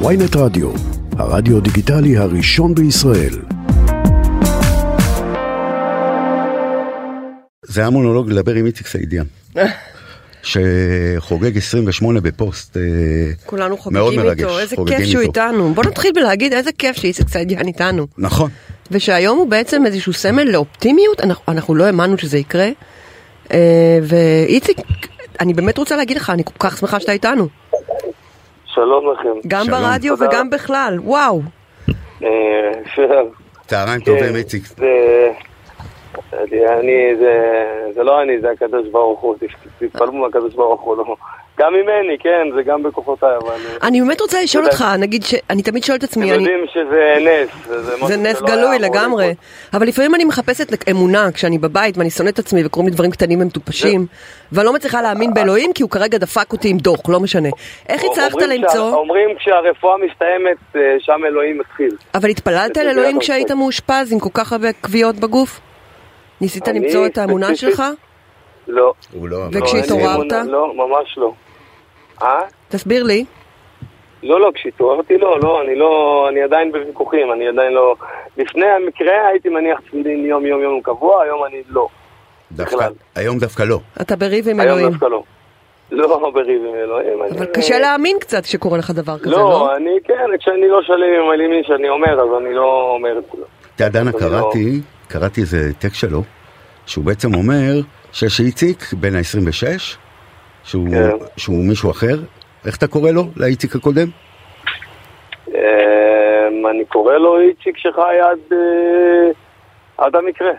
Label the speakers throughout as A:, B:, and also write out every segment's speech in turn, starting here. A: ויינט רדיו, הרדיו דיגיטלי הראשון בישראל.
B: זה היה מונולוג לדבר עם איציק סעידיאן. שחוגג 28 בפוסט. אה,
C: כולנו
B: מאוד
C: חוגגים
B: מרגש,
C: איתו, איזה
B: חוגגים
C: כיף שהוא איתנו. בוא נתחיל בלהגיד איזה כיף שאיציק סעידיאן איתנו.
B: נכון.
C: ושהיום הוא בעצם איזשהו סמל לאופטימיות, אנחנו, אנחנו לא האמנו שזה יקרה. אה, ואיציק, אני באמת רוצה להגיד לך, אני כל כך שמחה שאתה איתנו.
D: שלום לכם.
C: גם
B: שלום.
C: ברדיו
D: תודה.
C: וגם בכלל, וואו.
D: אה, שלום.
B: צהריים
D: כן,
B: טובים איציק.
D: זה- אני- אני, זה- זה לא אני, זה הקדוש ברוך הוא. תתפלאו מהקדוש ברוך הוא, לא. גם ממני, כן, זה גם בכוחותיי, אבל... אה,
C: אני באמת רוצה לשאול
D: תודה.
C: אותך, נגיד שאני תמיד שואלת את
D: אתם
C: עצמי, אני...
D: יודעים שזה נס. משהו
C: זה נס
D: שלא לא
C: גלוי
D: היה אמור
C: לגמרי,
D: לקרות.
C: אבל לפעמים אני מחפשת אמונה כשאני בבית ואני שונאת את עצמי וקוראים לי דברים קטנים ומטופשים, ואני לא מצליחה להאמין באלוהים כי הוא כרגע דפק אותי עם דוח, לא משנה. איך הצלחת
D: אומרים שה-
C: למצוא?
D: אומרים כשהרפואה מסתיימת, אה, שם אלוהים התחיל.
C: אבל התפללת
D: זה
C: על
D: בגלל
C: אלוהים
D: הרפואה.
C: כשהיית מאושפז עם כל כך הרבה כוויות בגוף? ניסית
D: אני
C: למצוא את האמונה
D: ספציפית-
C: שלך?
D: לא.
B: הוא לא...
D: לא,
C: וכשהתעוררת?
D: אין לי אמונה, לא, ממש לא. אה?
C: תסביר לי.
D: לא, לא, כשהתעוררתי לא, לא, אני לא, אני עדיין בוויכוחים, אני עדיין לא... לפני המקרה הייתי מניח תפילין יום יום יום קבוע, היום אני לא.
B: דווקא,
D: בכלל.
B: היום דווקא לא.
C: אתה בריב עם
D: היום
C: אלוהים.
D: דווקא לא. לא בריב עם אלוהים. אני-
C: אבל קשה להאמין קצת שקורה לך דבר כזה, לא?
D: לא, אני כן, כשאני לא שלם עם המילים שאני אומר, אז אני לא אומר את זה.
B: אתה יודע, דנה,
D: אני
B: קראתי, קראתי איזה טקסט שלו, שהוא בעצם אומר שיש איציק בן ה-26, שהוא
D: כן.
B: שהוא מישהו אחר. איך אתה קורא לו? לאיציק הקודם?
D: אמ, אני קורא לו איציק שחי עד... אה, עד המקרה.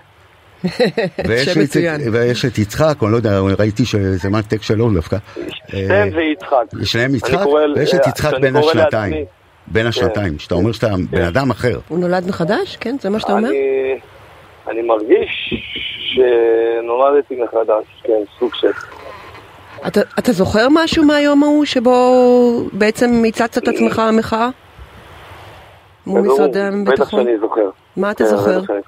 B: ויש
C: שם
B: איציק-
C: מצוין.
B: ויש את יצחק, או אני לא יודע, ראיתי שזה מה הטקסט שלו דווקא.
D: שתיהם זה יצחק.
B: אה, שניהם יצחק,
D: אני קורא-
B: ויש את
D: אה,
B: יצחק
D: כשאני
B: בן
D: קורא
B: השנתיים.
D: לעצמי- כן.
B: בין השנתיים, שאתה אומר שאתה בן אדם אחר.
C: הוא נולד מחדש? כן, זה מה שאתה אומר?
D: אני, אני מרגיש שנולדתי מחדש, כן, סוג של...
C: אתה, אתה זוכר משהו מהיום ההוא שבו בעצם הצצת את עצמך במחאה? מול
D: ברור,
C: משרד
D: בטח
C: הביטחון?
D: שאני זוכר.
C: מה אתה
D: כן,
C: זוכר?
D: בטח שאני-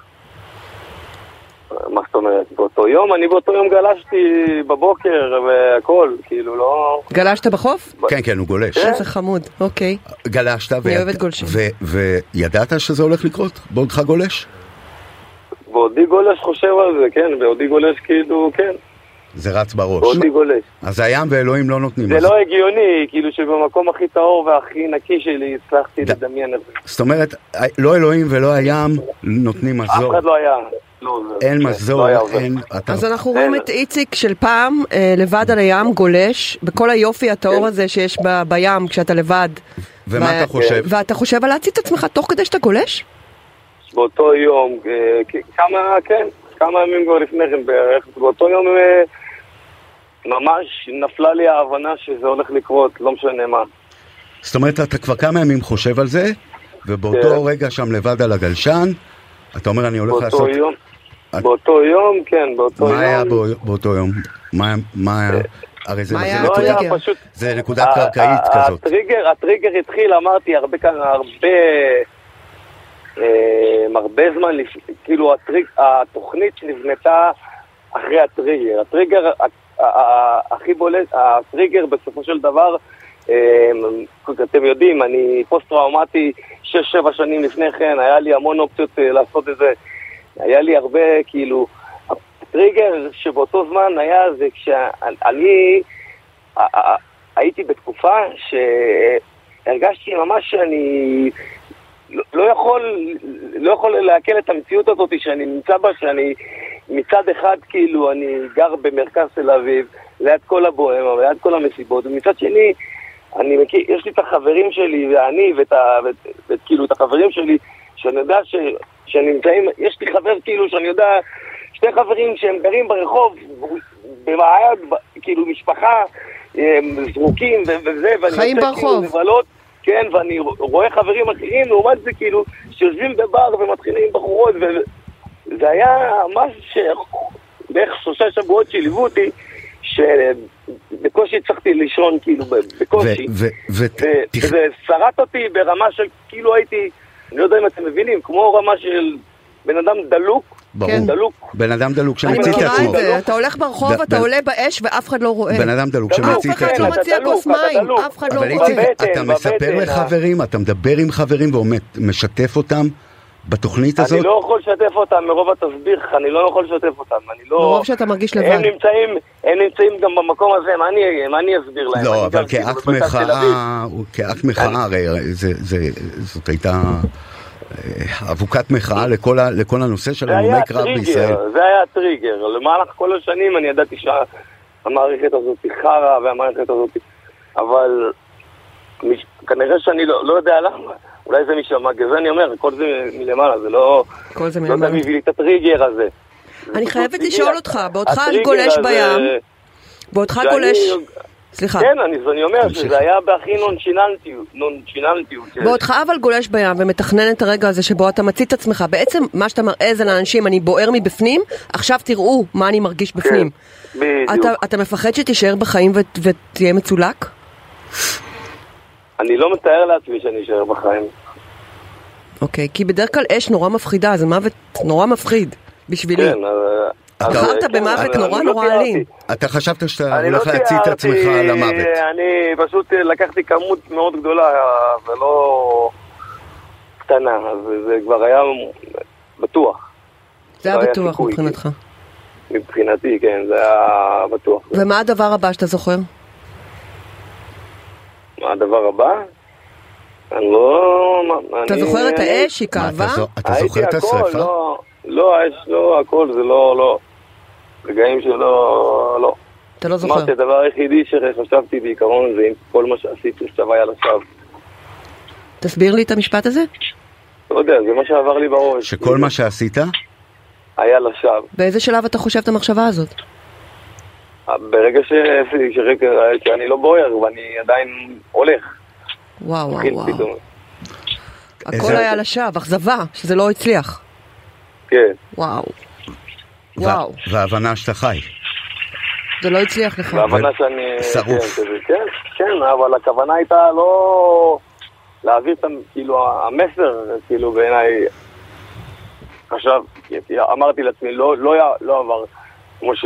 D: מה זאת אומרת? באותו יום, אני באותו יום גלשתי בבוקר והכל, כאילו לא...
C: גלשת בחוף?
B: כן, כן, הוא גולש.
C: איזה חמוד, אוקיי.
D: כן.
B: גלשת,
C: אני אוהבת גולשים.
B: ו- וידעת שזה הולך לקרות? בעודך גולש?
D: בעודי גולש חושב על זה, כן, בעודי גולש כאילו, כן,
B: זה רץ בראש.
D: בעודי גולש.
B: אז הים ואלוהים לא נותנים.
D: זה
B: אז-
D: לא הגיוני, כאילו שבמקום הכי טהור והכי נקי שלי הצלחתי
B: ד-
D: לדמיין את זה.
B: זאת אומרת, לא אלוהים ולא הים נותנים
D: אף
B: מזור.
D: אחד לא היה. לא, זה-
B: אין
D: זה לא היה
B: מזור,
D: עובד.
B: אין... אתה-
C: אז אנחנו רואים
D: אין.
C: את איציק של פעם, אה, לבד על הים, גולש, בכל היופי
D: כן.
C: הטהור הזה שיש ב- בים כשאתה לבד.
B: ומה
C: ו-
B: אתה חושב?
C: ואתה חושב על להצית את עצמך תוך כדי שאתה גולש?
D: באותו יום, אה, כ- כמה, כן, כמה ימים כבר לפני כן בערך, באותו יום אה, ממש נפלה לי ההבנה שזה הולך לקרות, לא משנה מה.
B: זאת אומרת, אתה כבר כמה ימים חושב על זה, ובאותו רגע שם לבד על הגלשן, אתה אומר, אני הולך
D: כן. באותו
B: לעשות...
D: יום,
B: את-
D: באותו יום, כן, באותו יום.
B: מה היה בא- באותו יום? מה- מה היה? הרי זה
C: מה
B: זה
C: היה?
D: לא
B: נקודה-
D: היה
C: הטריגר?
D: פשוט...
B: זה נקודה
D: ה-
B: קרקעית
D: ה-
B: כזאת.
D: הטריגר, הטריגר התחיל, אמרתי, הרבה כאן, הרבה... אה, הרבה זמן, לפ- כאילו הטריג, התוכנית נבנתה אחרי הטריגר. הטריגר ה- ה- ה- הכי בולט, הטריגר בסופו של דבר, אה, אתם יודעים, אני פוסט-טראומטי 6-7 שנים לפני כן, היה לי המון אופציות אה, לעשות את זה. היה לי הרבה, כאילו, הטריגר שבאותו זמן היה זה כשאני ה- ה- הייתי בתקופה שהרגשתי ממש שאני לא- לא יכול, לא יכול לעכל את המציאות הזאת שאני נמצא בה, שאני מצד אחד כאילו אני גר במרכז תל אביב, ליד כל הבוהמה, ליד כל המסיבות, ומצד שני אני מכיר, יש לי את החברים שלי ואני ואת, ה, ואת, ואת כאילו את החברים שלי שאני יודע ש, שנמצאים, יש לי חבר כאילו שאני יודע, שתי חברים שהם גרים ברחוב במעיין, ב- כאילו משפחה, הם זרוקים ו- וזה, ואני
C: חיים
D: רוצה
C: ברחוב.
D: כאילו לבלות, כן, ואני רואה חברים אחרים לעומת זה כאילו שיושבים בבר ומתחילים עם בחורות ו... זה היה משהו ש... בערך שלושה שבועות שליוו אותי, שבקושי הצלחתי לישון, כאילו, ב- בקושי. ו-
B: ותכנ...
D: וזה שרט אותי ברמה של כאילו הייתי, אני לא יודע אם אתם מבינים, כמו רמה של בן אדם דלוק,
B: ברור.
C: כן.
D: דלוק.
B: בן אדם דלוק
C: אני
B: שמציא כן, את
C: מכירה
B: עצמו.
C: את זה, אתה הולך ברחוב,
B: ב-
C: אתה
B: ב-
C: עולה באש ואף אחד לא רואה.
B: בן אדם דלוק
C: אף
B: שמציא את
C: אחד
B: עצמו.
C: לא מציע
D: כן, אתה
C: כוס
D: דלוק, אתה
C: מים,
D: דלוק.
C: אף אחד לא
B: אבל
D: בבטן,
B: איציק,
C: רואה.
B: אתה מספר
D: בבטן, אה.
B: לחברים, אתה מדבר עם חברים ומשתף אותם בתוכנית
D: אני
B: הזאת?
D: לא יכול לשתף אותם מרוב התסביך, אני לא יכול לשתף אותם, אני לא...
C: מרוב שאתה מרגיש לבד.
D: הם נמצאים, הם נמצאים גם במקום הזה, מה אני, מה אני אסביר להם? אני
B: לא, אבל
D: גר כאילו
B: כאקט
D: במרכז תל אביב.
B: מחאה, כאקט מחאה, הרי הרי זה- זה- זאת הייתה אה, אבוקת מחאה לכל ה- לכל הנושא של
D: זה
B: הלומי
D: היה
B: קרב בישראל.
D: הטריגר, זה היה הטריגר. למהלך כל השנים אני ידעתי שהמערכת הזאת היא חרא והמערכת הזאת... היא- אבל מש... כנראה שאני לא, לא יודע למה, אולי זה משמע, בגלל זה אני אומר, כל זה מ- מלמעלה, זה לא...
C: כל זה
D: לא יודע
C: מלמעלה.
D: מי הביא לי את הטריגר הזה.
C: אני
D: זה
C: חייבת
D: פשוט
C: לשאול
D: הגיע.
C: אותך, בעודך
D: הטריגר
C: גולש
D: הזה-
C: בים, בעודך
D: שאני-
C: גולש... סליחה.
D: כן, אני, אז אני אומר
B: תמשיך.
D: שזה היה בהכי כן. נונשיננטיות. נונשיננטיות.
C: בעודך אבל גולש בים ומתכנן את הרגע הזה שבו אתה מצית את עצמך, בעצם מה שאתה מראה זה לאנשים, אני בוער מבפנים, עכשיו תראו מה אני מרגיש בפנים.
D: כן, בדיוק.
C: אתה, אתה מפחד שתישאר בחיים ות, ותהיה מצולק?
D: אני לא מתאר לעצמי שאני אשאר בחיים.
C: אוקיי, כי בדרך כלל אש נורא מפחידה, זה מוות נורא מפחיד בשבילי.
D: כן, אז- אז-
C: בחרת
D: כן,
C: במוות
D: אבל
C: נורא
D: אני לא
C: נורא
D: תיארתי.
C: אלים.
B: אתה חשבת שאתה
D: אני לא
B: הולך להצית את
D: תיארתי,
B: עצמך למוות.
D: אני פשוט אה, לקחתי כמות מאוד גדולה ולא קטנה, אז זה כבר היה בטוח.
C: זה היה
D: לא היה
C: בטוח
D: סיכוי.
C: מבחינתך.
D: מבחינתי, כן, זה היה בטוח.
C: ומה הדבר הבא שאתה זוכר?
D: מה הדבר הבא? אני לא... מה-
C: אתה
D: אני-
C: זוכר את
D: אני-
C: האש, היא
B: מה,
C: כאבה?
B: אתה זו- אתה
D: הייתי
B: זוכר את
D: הכל,
B: השרפה?
D: לא, לא, האש, לא, הכל, זה לא, לא. רגעים שלא, לא.
C: אתה לא זוכר.
D: אמרתי, הדבר היחידי שחשבתי בעיקרון זה אם כל מה שעשיתי עכשיו היה לשווא.
C: תסביר לי את המשפט הזה?
D: לא יודע, זה מה שעבר לי בראש.
B: שכל מה שעשית,
D: היה לשווא.
C: באיזה שלב אתה חושב את המחשבה הזאת?
D: ברגע ש... שרגע, שאני לא בוער ואני עדיין הולך.
C: וואו, וואו,
D: כן,
C: וואו.
D: פתאום.
C: הכל
B: איזה-
C: היה לשווא, אכזבה, שזה לא הצליח.
D: כן.
C: וואו.
B: ו-
C: וואו,
B: וההבנה שאתה חי.
C: זה לא הצליח לך.
D: והבנה שאני...
B: שרוף.
D: כן, כזה, כן, כן, אבל הכוונה הייתה לא... להעביר את ה... כאילו, המסר, כאילו, בעיניי... עכשיו, אמרתי לעצמי, לא, לא, י- לא עבר כמו ש...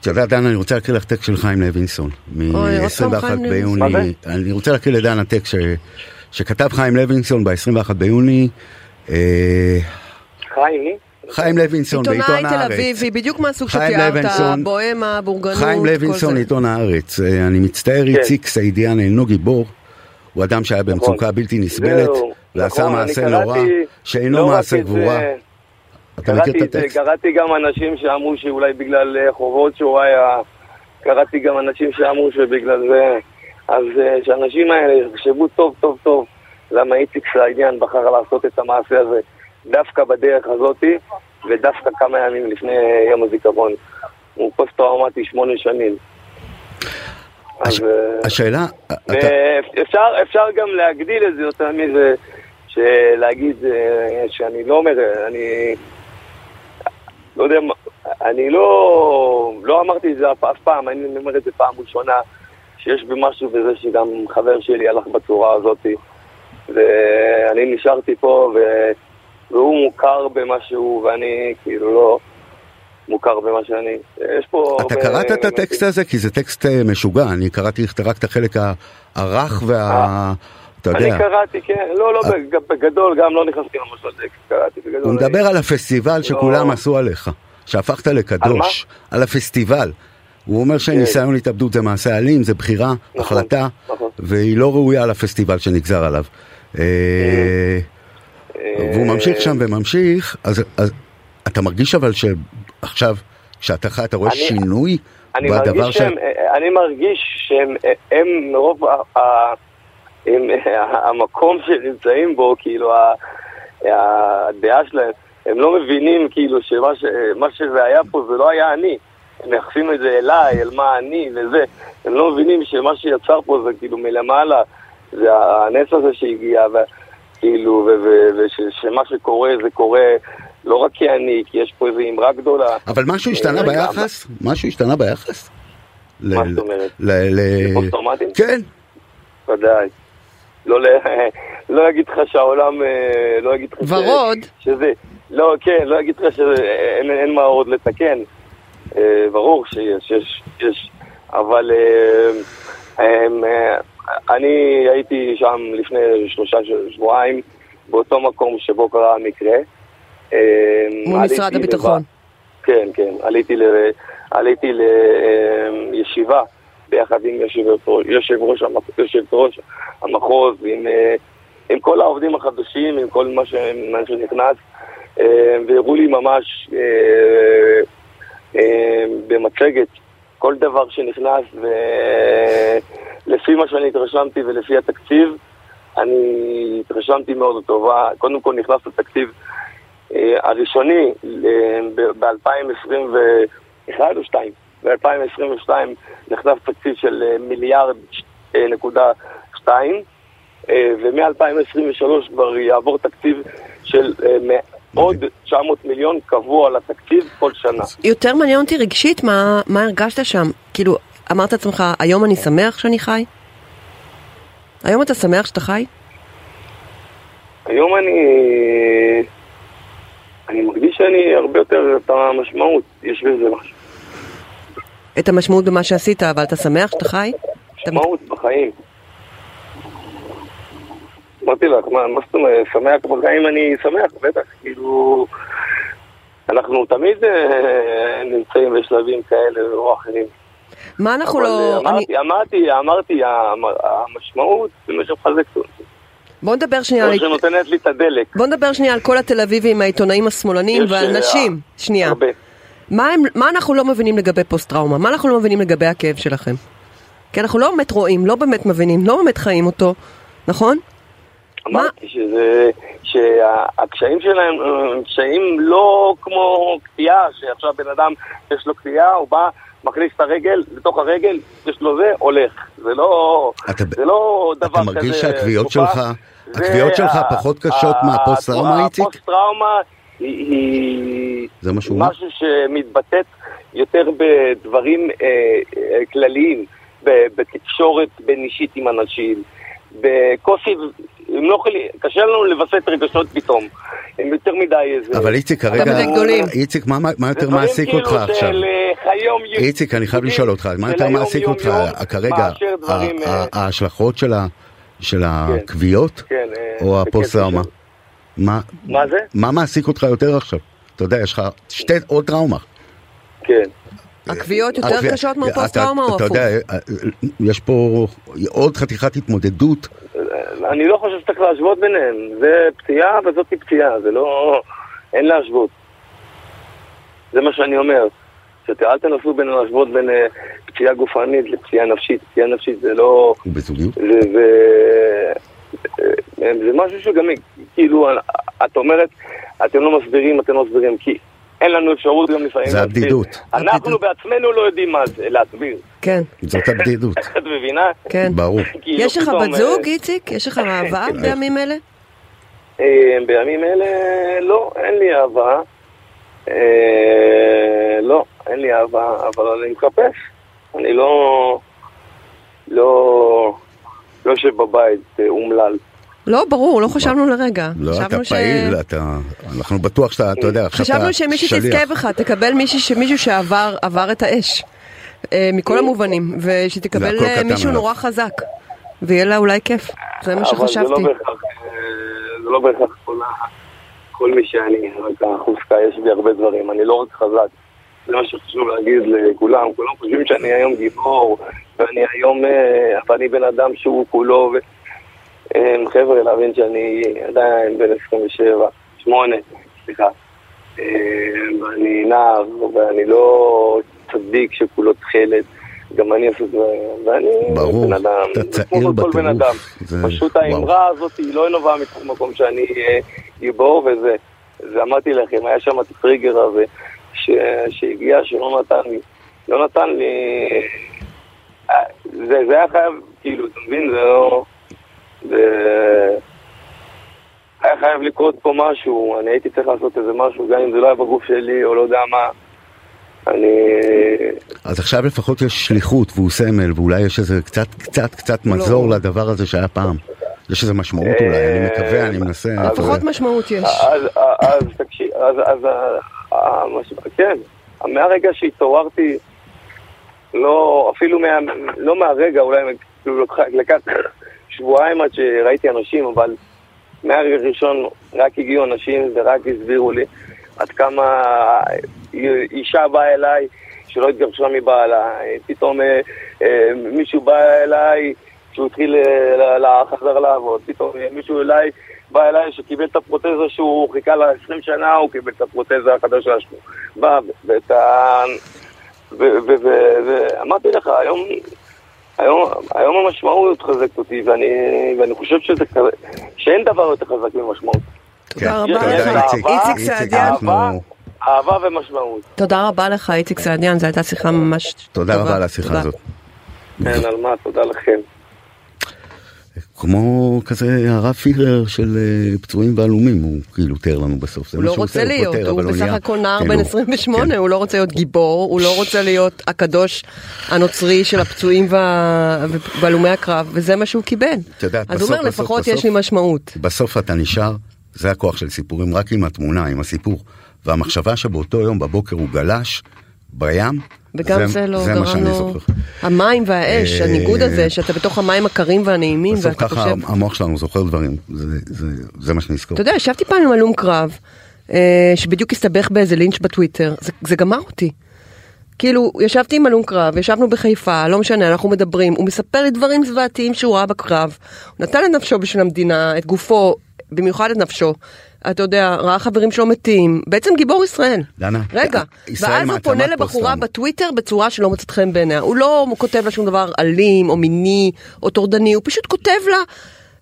B: אתה יודע, דן, אני רוצה להקריא לך טקסט של חיים לוינסון.
C: אוי, עוד פעם
B: מ-21
C: חיים
B: ביוני.
D: לוינסון. מה זה?
B: אני רוצה להקריא לדן הטקסט ש- שכתב חיים לוינסון ב-21 ביוני. אה,
D: חיים, מי?
B: חיים לוינסון בעיתון
C: עיתונאי תל
B: הארץ.
C: אביבי, בדיוק מהסוג
B: חיים
C: שתיארת,
B: לוינסון-
C: בוהמה, בורגנות,
B: חיים
C: כל
B: לוינסון
C: זה.
B: עיתון הארץ. אה, אני
D: כן.
B: מצטער, איציק סעידיאן אינו גיבור. הוא אדם שהיה במצוקה בלתי נסבלת,
D: נכון. זהו,
B: ועשה
D: נכון, אני
B: מעשה
D: קראתי-
B: נורא,
D: לא
B: שאינו
D: רק
B: מעשה
D: את זה,
B: גבורה. אתה מכיר את
D: קראתי את זה,
B: הטקסט?
D: קראתי גם אנשים שאמרו שאולי בגלל אה, חובות שהוא היה, קראתי גם אנשים שאמרו שבגלל זה, אז אה, שהאנשים האלה יחשבו טוב טוב טוב למה איציק סעידיאן בחר לעשות את המעשה הזה דווקא בדרך הזאתי, ודווקא כמה ימים לפני אה, יום הזיכרון. הוא פוסט-טראומטי שמונה שנים.
B: הש-
D: אז... אה,
B: השאלה, אתה-
D: ואפשר אפשר גם להגדיל את זה יותר מזה, שלהגיד אה, שאני לא אומר, אני לא יודע, מה- אני לא, לא אמרתי את זה אף, אף פעם, אני אומר את זה פעם ראשונה, שיש בי משהו בזה שגם חבר שלי הלך בצורה הזאת, ואני נשארתי פה, ו, והוא מוכר במה שהוא, ואני כאילו לא מוכר במה שאני. יש פה...
B: אתה
D: הרבה-
B: קראת את הטקסט הזה? כי זה טקסט אה, משוגע, אני קראתי רק את החלק ה- הרך וה... אתה יודע, אה.
D: אני קראתי, כן, לא, לא, בג- בגדול, גם לא נכנסתי ממש לטקסט, קראתי בגדול.
B: הוא מדבר על הפסטיבל שכולם
D: אה, לא.
B: עשו עליך, שהפכת לקדוש, על הפסטיבל. הוא אומר שניסיון התאבדות זה מעשה אלים, זה בחירה,
D: כן. נכון,
B: החלטה,
D: נכון.
B: והיא לא ראויה לפסטיבל שנגזר עליו. אה,
D: אה,
B: והוא ממשיך שם וממשיך, אז אז אתה מרגיש אבל שעכשיו, כשאתה חי, אתה רואה
D: אני-
B: שינוי
D: אני
B: בדבר
D: מרגיש
B: ש...
D: שהם, אה, אני מרגיש שהם, אה, הם מרוב ה- ה- הם, אה, המקום שהם נמצאים בו, כאילו, ה- הדעה שלהם, הם לא מבינים, כאילו, שמה ש- אה, מה שזה היה פה זה לא היה אני. הם מייחסים את זה אליי, אל מה אני וזה. הם לא מבינים שמה שיצר פה זה כאילו מלמעלה, זה הנס הזה שהגיע, כאילו, וכאילו, ושמה שקורה זה קורה לא רק כי אני, כי יש פה איזו אמרה גדולה.
B: אבל משהו השתנה
D: אה, רגע,
B: ביחס? משהו השתנה ביחס?
D: מה זאת אומרת? לפוסט-טראומטיים?
B: כן,
D: ודאי. לא, ל- לא אגיד לך שהעולם, אה, לא אגיד לך... ש-
C: ורוד.
D: שזה, לא, כן, לא אגיד לך שאין אין מה עוד לתקן. אה, ברור שיש, יש, יש. אבל אה, אה, אה, אני הייתי שם לפני שלושה ש- שבועיים, באותו מקום שבו קרה המקרה. אה,
C: מול
D: עליתי
C: משרד
D: לבד-
C: הביטחון.
D: כן, כן. עליתי, ל, עליתי לישיבה ביחד עם יושבת- יושב ראש המח- יושבת ראש המחוז, עם, אה, עם כל העובדים החדשים, עם כל מה, ש, מה שנכנס, אה, והראו לי ממש אה, אה, במצגת כל דבר שנכנס, ולפי מה שאני התרשמתי ולפי התקציב, אני התרשמתי מאוד לטובה. קודם כל נכנס לתקציב אה, הראשוני אה, ב-2021 או 2? ב-2022 נכנס תקציב של אה, מיליארד אה, נקודה אה, 2, ומ-2023 כבר יעבור תקציב של אה, מ- עוד 900 מיליון קבוע לתקציב כל שנה.
C: יותר מעניין אותי רגשית מה, מה הרגשת שם. כאילו, אמרת לעצמך, היום אני שמח שאני חי? היום אתה שמח שאתה חי?
D: היום אני... אני מרגיש שאני הרבה יותר את המשמעות, יש בזה משהו.
C: את המשמעות במה שעשית, אבל אתה שמח שאתה חי? אתה מת-
D: משמעות בחיים. אמרתי לך, מה, מה זאת אומרת, שמח בחיים אני שמח, בטח, כאילו... אנחנו תמיד אה, נמצאים בשלבים כאלה או אחרים.
C: מה אנחנו
D: אבל,
C: לא... אני...
D: אה, אמרתי, אמרתי, אמרתי, המ- המשמעות זה מה שמחזק אותי.
C: בוא נדבר שנייה... על-
D: מה שנותנת לי את הדלק.
C: בוא נדבר שנייה על כל התל אביבים, העיתונאים השמאלנים
D: יש,
C: ועל
D: אה,
C: נשים. שנייה.
D: הרבה.
C: מה, הם, מה אנחנו לא מבינים לגבי פוסט-טראומה? מה אנחנו לא מבינים לגבי הכאב שלכם? כי אנחנו לא באמת רואים, לא באמת מבינים, לא באמת חיים אותו, נכון?
B: אה,
D: אמרתי שזה, שהקשיים שלהם הם קשיים לא כמו קטיעה, שעכשיו בן אדם יש לו קטיעה, הוא בא, מכניס את הרגל, לתוך הרגל, יש לו זה, הולך. זה לא,
B: אתה-
D: זה לא דבר כזה...
B: אתה מרגיש שהקביעות
D: תקופה.
B: שלך,
D: זה
B: הקביעות שלך
D: ה-
B: פחות קשות
D: ה-
B: מהפוסט-טראומה, איציק?
D: הפוסט-טראומה היא- היא...
B: זה מה שהוא
D: היא
B: אומר?
D: משהו שמתבטאת יותר בדברים אה, אה, כלליים, ב- בתקשורת בין אישית עם אנשים, בקושי, הם לא יכולים, קשה לנו לווסת רגשות פתאום. הם יותר מדי איזה... כאילו
B: אבל איציק כרגע,
C: יותר מדי גדולים.
B: איציק מה- מה מה יותר מעסיק אותך עכשיו?
D: אה,
B: איציק, אני חייב לשאול אותך, מה יותר מעסיק אותך כרגע, ה-
D: אה,
B: ה- ההשלכות של ה- של הכוויות
D: כן, אה,
B: או
D: בקטע
B: הפוסט-טראומה?
D: של-
B: מה-
D: מה זה?
B: מה מעסיק אותך יותר עכשיו? אתה יודע, יש לך שתי עוד טראומה.
D: כן.
C: הכוויות יותר
B: הכוויה-
C: קשות
B: אתה-
C: מהפוסט-טראומה או
B: אה, אתה
C: הפוך?
B: יודע, אה, יש פה עוד חתיכת התמודדות.
D: אני לא חושב שצריך להשוות ביניהם. זה פציעה וזאת פציעה, זה לא... אין להשוות. זה מה שאני אומר. שת- אל תנסו בין להשוות בין אה, פציעה גופנית לפציעה נפשית. פציעה נפשית זה לא...
B: בזוגיות?
D: זה, זה, אה, זה משהו שגם כאילו, את אומרת, אתם לא מסבירים, אתם לא מסבירים, כי אין לנו אפשרות גם לפעמים
B: זה הבדידות.
D: אנחנו
C: הבדידות.
D: בעצמנו לא יודעים מה זה להסביר.
C: כן,
B: זאת הבדידות.
D: את מבינה?
C: כן.
B: ברור.
D: כאילו,
C: יש לך
D: פתאום,
C: בת
D: אה,
C: זוג, איציק? יש לך אהבה בימים
B: אה,
C: אלה?
D: אה, בימים אלה לא, אין לי אהבה. אה, לא, אין לי אהבה, אבל אני מחפש. אני לא... לא... לא יושב בבית אה, אומלל.
C: לא, ברור, לא חשבנו לרגע.
B: אה, לא, אתה
C: חשבנו ש-
B: פעיל, אתה... אנחנו בטוח שאתה, אתה יודע, עכשיו אתה
C: חשבנו שמי שתזכה בך, תקבל מישהי ש- מישהו שעבר עבר את האש. אה, מכל המובנים, ושתקבל
B: והכל
C: אה,
B: קטן
C: מישהו
B: עליו.
C: נורא חזק. ויהיה לה אולי כיף. זה מה
D: אבל זה
C: שחשבתי.
D: לא בהכרח, אה, זה לא בהכרח כל, ה- כל מי שאני, רק החוזקה, יש בי הרבה דברים, אני לא רק חזק. זה מה שחשוב להגיד לכולם, כולם חושבים שאני היום גיבור, ואני היום, אה, אבל אני בן אדם שהוא כולו, ו... אה, חבר'ה, להבין שאני עדיין בן 27, 8, סליחה. אה, ואני נער, ואני לא צדיק שכולו תכלת. גם אני עושה את זה, ואני
B: ברור,
D: בן אדם,
B: אתה
D: זה
B: צעיר
D: כמו כל בן
B: בטירוף.
D: אדם.
B: זה-
D: פשוט
B: וואו.
D: האמרה הזאת היא לא נובעה מתוך מקום שאני אה, גיבור וזה. זה אמרתי לכם, היה שם את הטריגר הזה ש, שהגיע, שלא נתן לי. לא נתן לי... אה, זה, זה היה חייב, כאילו, אתה מבין? זה לא... זה... היה חייב לקרות פה משהו, אני הייתי צריך לעשות איזה משהו, גם אם זה לא היה בגוף שלי או לא יודע מה. אני...
B: אז עכשיו לפחות יש שליחות והוא סמל, ואולי יש איזה קצת קצת קצת
C: לא.
B: מזור לדבר הזה שהיה פעם.
C: אה,
B: יש איזה משמעות אולי, אני מקווה, אני מנסה.
D: אה,
B: אבל-
C: לפחות משמעות יש.
D: אז, אז, אז תקשיב, אז, אז ה- המש... כן, מהרגע שהתעוררתי, לא, אפילו מה, לא מהרגע, אולי כאילו לקח- לקח שבועיים עד שראיתי אנשים, אבל מהרגע הראשון רק הגיעו אנשים ורק הסבירו לי עד כמה אישה באה אליי שלא התגרשה מבעלה, פתאום אה, אה, מישהו בא אליי שהוא התחיל, אה, ל- ל- חזר לעבוד, פתאום אה, מישהו אליי בא אליי שקיבל את הפרוטזה שהוא חיכה לה 20 שנה, הוא קיבל את הפרוטזה החדשה שלו. בא, ו- ואת ה... ואמרתי לך, היום, היום, היום המשמעות חזקת אותי, ואני, ואני חושב שזה, כזה- שאין דבר יותר חזק ממשמעות.
C: תודה רבה
B: כן. תודה,
D: לך.
B: איציק.
D: איציק
C: סעדיאן.
D: אהבה,
B: אנחנו-
D: אהבה ומשמעות.
C: תודה רבה לך, איציק סעדיאן, זו הייתה שיחה ממש טובה.
B: תודה רבה על השיחה
C: תודה.
B: הזאת.
D: אין על מה, כן, תודה לכם.
B: כמו כזה הרב פירר של אה, פצועים ועלומים, הוא כאילו תיאר לנו בסוף. זה
C: הוא
B: מה
C: לא
B: שהוא
C: רוצה
B: עושה,
C: להיות,
B: פותר,
C: הוא
B: אבל
C: בסך
B: נהיה-
C: הכל נער
B: כן,
C: בן
B: הוא- כן.
C: 28, הוא לא רוצה להיות גיבור, הוא לא רוצה להיות הקדוש הנוצרי של הפצועים וה- והלומי הקרב, וזה מה שהוא קיבל.
B: את יודעת,
C: אז הוא
B: בסוף,
C: אומר,
B: בסוף,
C: לפחות
B: בסוף-
C: יש לי משמעות.
B: בסוף אתה נשאר, זה הכוח של סיפורים, רק עם התמונה, עם הסיפור. והמחשבה שבאותו יום בבוקר הוא גלש בים,
C: וגם זה לא
B: זה מה
C: גרם
B: שאני
C: לו...
B: זוכר.
C: המים והאש,
B: אה,
C: הניגוד הזה, שאתה בתוך המים הקרים והנעימים,
B: בסוף
C: ואתה
B: ככה
C: חושב...
B: המוח שלנו זוכר דברים, זה- זה- זה מה שנזכור.
C: אתה יודע, ישבתי פעם עם הלום קרב, אה, שבדיוק הסתבך באיזה לינץ' בטוויטר, זה, זה גמר אותי. כאילו, ישבתי עם הלום קרב, ישבנו בחיפה, לא משנה, אנחנו מדברים, הוא מספר לי דברים זוועתיים שהוא ראה בקרב, הוא נתן את נפשו בשביל המדינה, את גופו, במיוחד את נפשו. אתה יודע, ראה חברים שלו מתים, בעצם גיבור ישראל.
B: דנה,
C: רגע,
B: ישראל
C: ואז הוא
B: מעצמת
C: פונה לבחורה
B: פוסט-טראומה.
C: בטוויטר בצורה שלא מוצאת חן בעיניה. הוא לא כותב לה שום דבר אלים או מיני או טורדני, הוא פשוט כותב לה,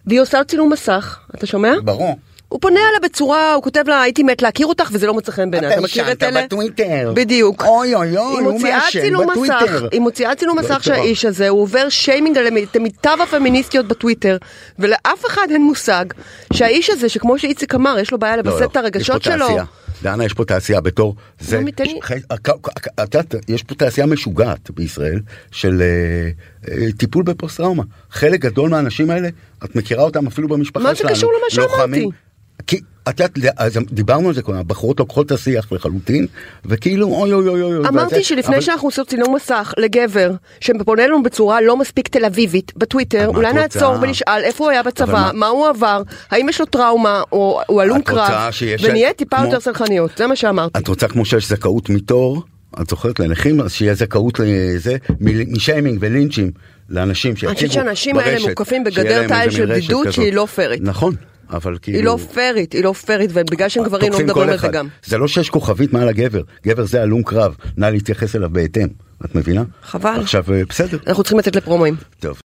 C: והיא עושה לו צילום מסך, אתה שומע?
B: ברור.
C: הוא פונה אליה בצורה, הוא כותב לה, הייתי מת להכיר אותך וזה לא מוצא חן בעיניי. אתה מכיר את אלה?
B: בטוויטר.
C: בדיוק.
B: אוי אוי אוי,
C: היא מוציאה צילום מסך, היא מוציאה צילום
B: לא
C: מסך של
B: טוב.
C: האיש הזה, הוא עובר שיימינג על המ- את מיטב הפמיניסטיות בטוויטר, ולאף אחד אין מושג שהאיש הזה, שכמו שאיציק אמר, יש לו בעיה
B: לא,
C: לווסת
B: לא,
C: את הרגשות
B: יש פה
C: שלו.
B: תעשייה. דנה, יש פה תעשייה בתור זה.
C: נו, מתן לי.
B: ש- ח- הק- הק- את יודעת, יש פה תעשייה משוגעת בישראל של אה, אה, טיפול בפוסט טראומה. חלק גדול מהאנשים האלה, את מכירה אותם אפילו במשפחה שלנו.
C: מה זה קשור למה
B: לוחמים.
C: שאמרתי?
B: כי את יודעת, אז דיברנו על זה קודם, הבחורות לוקחות את השיח לחלוטין, וכאילו אוי אוי אוי אוי. אוי, וזה-
C: אמרתי שלפני
B: אבל-
C: שאנחנו עושות צילום מסך לגבר שפונה אלינו בצורה לא מספיק תל אביבית בטוויטר,
B: אבל
C: אולי
B: אה, את רוצה-
C: נעצור ונשאל איפה הוא היה בצבא,
B: מה-
C: מה הוא עבר, האם יש לו טראומה או הוא הלום
B: את רוצה
C: קרב,
B: שיש-
C: ונהיה טיפה
B: כמו-
C: יותר סלחניות, זה מה שאמרתי.
B: את רוצה כמו שיש זכאות מתור, את זוכרת לנכים, אז שיהיה זכאות לזה, מ- משיימינג ולינצ'ים לאנשים שיציגו
C: אני
B: ברשת.
C: חושבת שהאנשים האלה מוקפים בגדר
B: שיהיה להם
C: תיל
B: איזה
C: של
B: מין רשת
C: בדידות
B: כזאת.
C: שהיא לא פיירית.
B: נכון, אבל כאילו...
C: היא לא פיירית, היא לא פיירית, ובגלל שהם גברים לא
B: תוקפים
C: מדברים
B: כל
C: על זה
B: אחד.
C: גם.
B: זה לא שיש כוכבית מעל הגבר, גבר זה הלום קרב, נא להתייחס אליו בהתאם, את מבינה?
C: חבל.
B: עכשיו, אה, בסדר,
C: אנחנו צריכים לצאת לפרומואים.
B: טוב.